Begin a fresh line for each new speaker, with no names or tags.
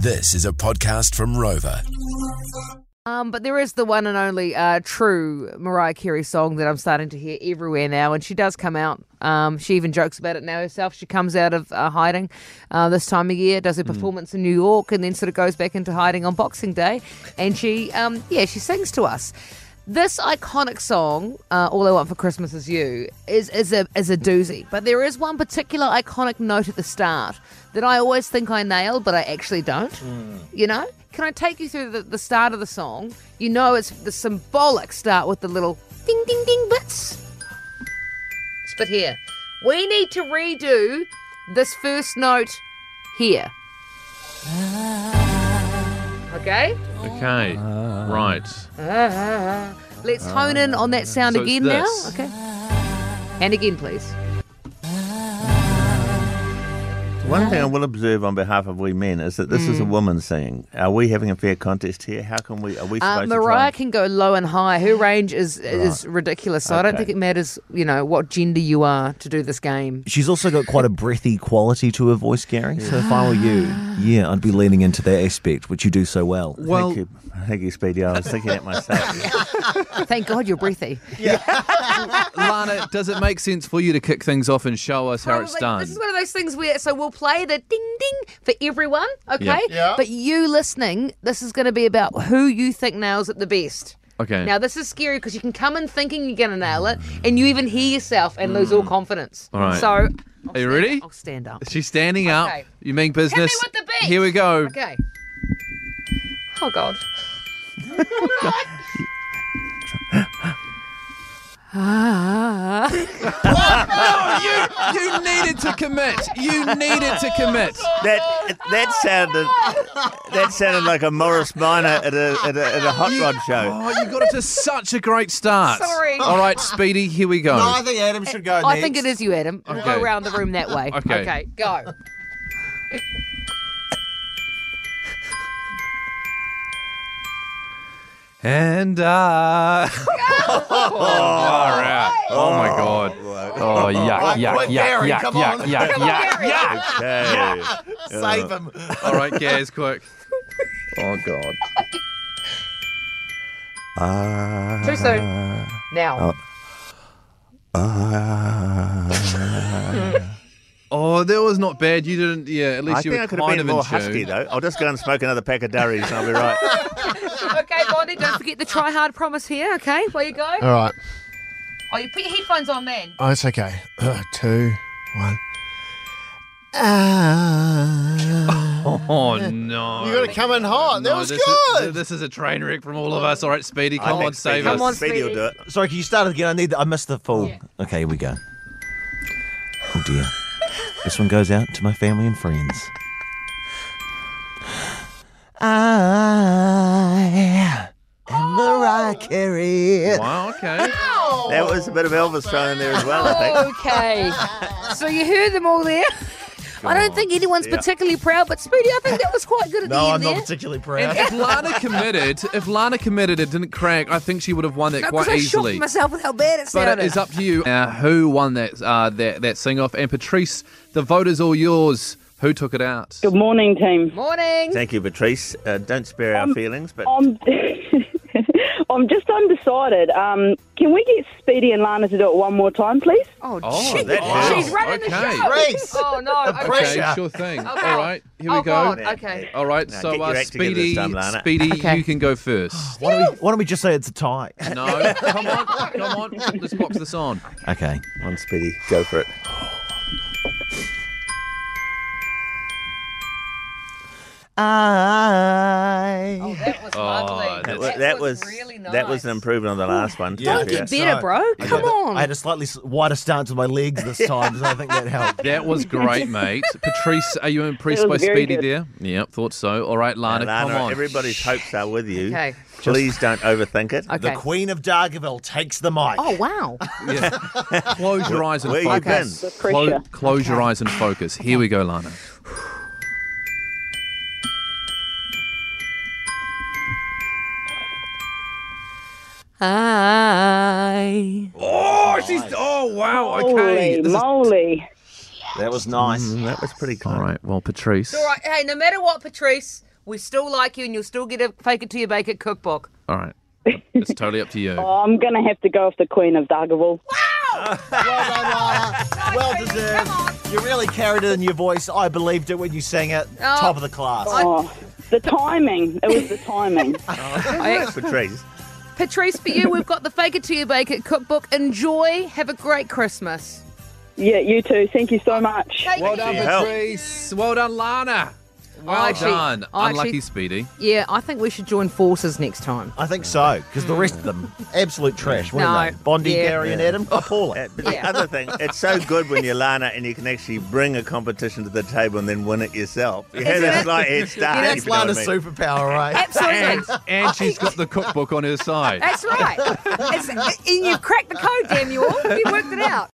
This is a podcast from Rover.
Um, but there is the one and only uh, true Mariah Carey song that I'm starting to hear everywhere now, and she does come out. Um, she even jokes about it now herself. She comes out of uh, hiding uh, this time of year, does her performance in New York, and then sort of goes back into hiding on Boxing Day, and she, um, yeah, she sings to us. This iconic song, uh, "All I Want for Christmas Is You," is is a is a doozy. But there is one particular iconic note at the start that I always think I nail, but I actually don't. You know? Can I take you through the, the start of the song? You know, it's the symbolic start with the little ding ding ding bits. But here, we need to redo this first note here. Okay?
Okay, right.
Let's hone in on that sound
So it's
again now.
this.
Okay. And again, please.
One thing I will observe on behalf of we men is that this is a woman singing. Are we having a fair contest here? How can we? Are we
Uh,
supposed
Mariah
to?
can go low and high. Her range is is ridiculous. So I don't
Okay.
think it matters, you know, what gender you are to do this game.
She's also got quite a breathy quality to her voice, Gary. So if I were you, yeah, I'd be leaning into that aspect, which you do so well.
Try?
Well,
Thank you, thank you, Speedy. I was thinking that myself.
Thank God you're breathy.
Lana, does it make sense for you to kick things off and show us how it's
Probably-
done?
This is one of those things where so we'll play the ding ding for everyone, okay?
Yeah.
Yeah.
But you listening, this is going to be about who you think nails it the best.
Okay.
Now this is scary because you can come in thinking you're going to nail it, and you even hear yourself and lose all confidence.
Mm. All right.
So I'll
Are you
stand-
ready?
I'll stand up.
She's standing up.
Okay.
You mean business?
with the beat.
Here we go.
Okay. Oh God. Ah.
You needed to commit. You needed to commit.
that that sounded that sounded like a Morris Minor at a at a, at a hot rod show.
Oh, you got it to such a great start.
Sorry.
All right, Speedy, here we go.
No, I think Adam should go
I
next.
think it is you, Adam. We'll
Okay.
Go around the room that way.
Okay.
Okay, go.
And uh all right. Oh my god. Oh yuck,
Come
yuck, yuck,
on, Gary,
yuck,
come
yuck,
on.
yuck, yuck.
Yeah.
Hey.
Save him.
All right, Gaz, quick. Oh god.
Too soon. Now.
Oh, that was not bad. You didn't yeah, at least
I
you
think
were
I could have
kind
been
of in
more husky
tune.
though. I'll just go and smoke another pack of durries and I'll be right.
Okay, Bondi, don't forget the try hard promise here, okay? Where you go?
All right.
Oh, you put your headphones on then.
Oh, it's okay. Uh, two, one. Ah.
Oh no.
you got to come in hot. That
No,
was
this Is,
good.
this is a train wreck from all of us. All right, Speedy, come
I
on,
think
save
Speedy-
us.
Come on,
Speedy will do it.
Sorry, can you start it again? I need. I missed the full. Okay, here we go. Oh dear. this one goes out to my family and friends. I am
Oh.
Mariah Carey.
Wow, okay.
That was a bit of Elvis thrown in there as well. I think.
Okay. so you heard them all there. I don't think anyone's particularly proud, but Speedy, I think that was quite good at the end there.
particularly
And if Lana committed, if Lana committed and didn't crack, I think she would have won that
No, 'cause
quite
I shocked
easily.
myself with how bad it
But
sounded.
it is up to you uh, who won that uh, that that sing off. And Patrice, the vote is all yours. Who took it out?
Good morning, team.
Morning.
Thank you, Patrice. Uh, don't spare our feelings, but
I'm, I'm just undecided. Um, can we get Speedy and Lana to do it one more time, please?
Oh,
Oh,
gee.
that hurt.
She's running
Okay.
the show.
Grace.
Oh, no. Okay.
Okay, sure thing. All right, here we
oh,
go.
God. Okay.
All right,
Now, get
so
your
uh,
act together this
Speedy,
time, Lana.
Speedy,
Okay.
you can go first.
Why don't, we, why don't we just say it's a tie?
No, come on, come on, let's box this on.
Okay.
on Speedy, go for it.
I.
Oh, that was
Oh,
lovely.
that
That was that was,
really nice.
that was an improvement on the last one.
Yeah.
Don't
Yeah.
get better, bro. Come on.
I had a slightly s- wider stance with my legs this time, so I think that helped.
That was great, mate. Patrice, are you impressed
That
by
was very
Speedy
good.
there? Yep, thought so. All right, Lana,
Lana,
come on.
everybody's hopes are with you.
Okay.
Please don't overthink it.
okay.
The Queen of Dargaville takes the mic.
oh, wow.
Yeah. Close your eyes and
Where you been?
focus.
The
Clo-
pressure.
close your eyes and focus. Here we go, Lana.
Hi.
Oh, she's. Oh, wow.
Holy moly.
That was nice.
Mm, that was pretty close.
All right. Well, Patrice.
All right. Hey, no matter what, Patrice, We still like you, and you'll still get a fake it till you bake it cookbook.
All right. It's totally up to you.
Oh, I'm going to have to go with the Queen of Dargaville.
Well done, Lana. well deserved. You really carried it in your voice. I believed it when you sang it. Top of the class.
Oh, the timing. It was the timing.
Patrice.
Patrice, for you, we've got the fake it till you bake it cookbook. Enjoy. Have a great Christmas.
yeah, you too. Thank you so much.
Well done,
your help.
Patrice. Well done, Lana. Well
I actually-
done.
I
Unlucky
actually-
Speedy.
Yeah, I think we should join forces next time.
I think so, because the rest of them, absolute trash. What are
No.
they? Bondi,
Yeah.
Gary, and Adam, appalling.
Uh, but the
Yeah.
other thing, it's so good when you're Lana and you can actually bring a competition to the table and then win it yourself. You had a slight head start.
Yeah,
if
that's
you know what I
Lana's
mean.
superpower, right?
And,
Absolutely.
and she's got the cookbook on her side.
That's right. It's, and you've cracked the code, damn you all. You worked it out.